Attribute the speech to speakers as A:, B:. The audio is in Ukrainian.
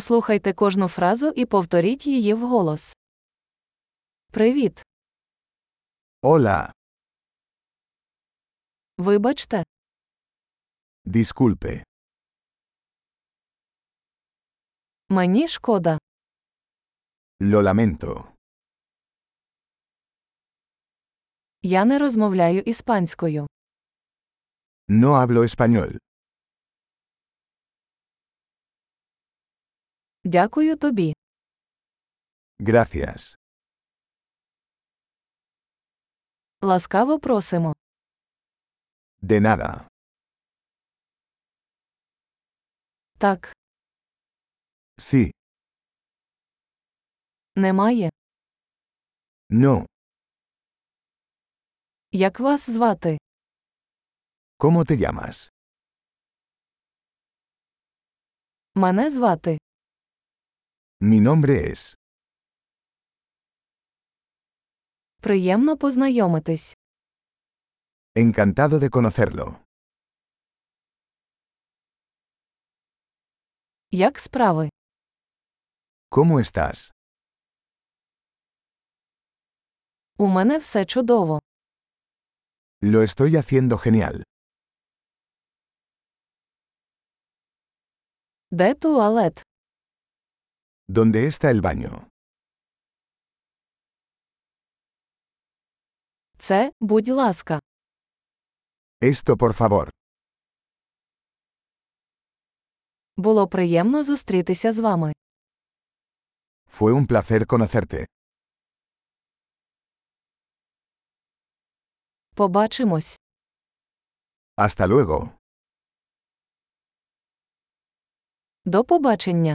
A: Послухайте кожну фразу і повторіть її вголос. Привіт.
B: Hola,
A: Вибачте.
B: disculpe,
A: Мені шкода.
B: lo lamento.
A: Я не розмовляю іспанською.
B: No hablo español.
A: Дякую тобі.
B: Gracias.
A: Ласкаво просимо.
B: De nada.
A: Так,
B: Sí,
A: немає.
B: no.
A: Як вас звати?
B: ¿Cómo te llamas?
A: Мене звати.
B: Mi nombre es.
A: Приємно познайомитись.
B: Encantado de conocerlo.
A: Як справи?
B: ¿Cómo estás?
A: У мене все чудово.
B: Lo estoy haciendo genial.
A: Де туалет?
B: ¿Dónde está el baño?
A: Це, будь ласка.
B: Esto, por favor.
A: Було приємно зустрітися з вами.
B: Fue un placer conocerte.
A: Побачимось.
B: Hasta luego.
A: До побачення.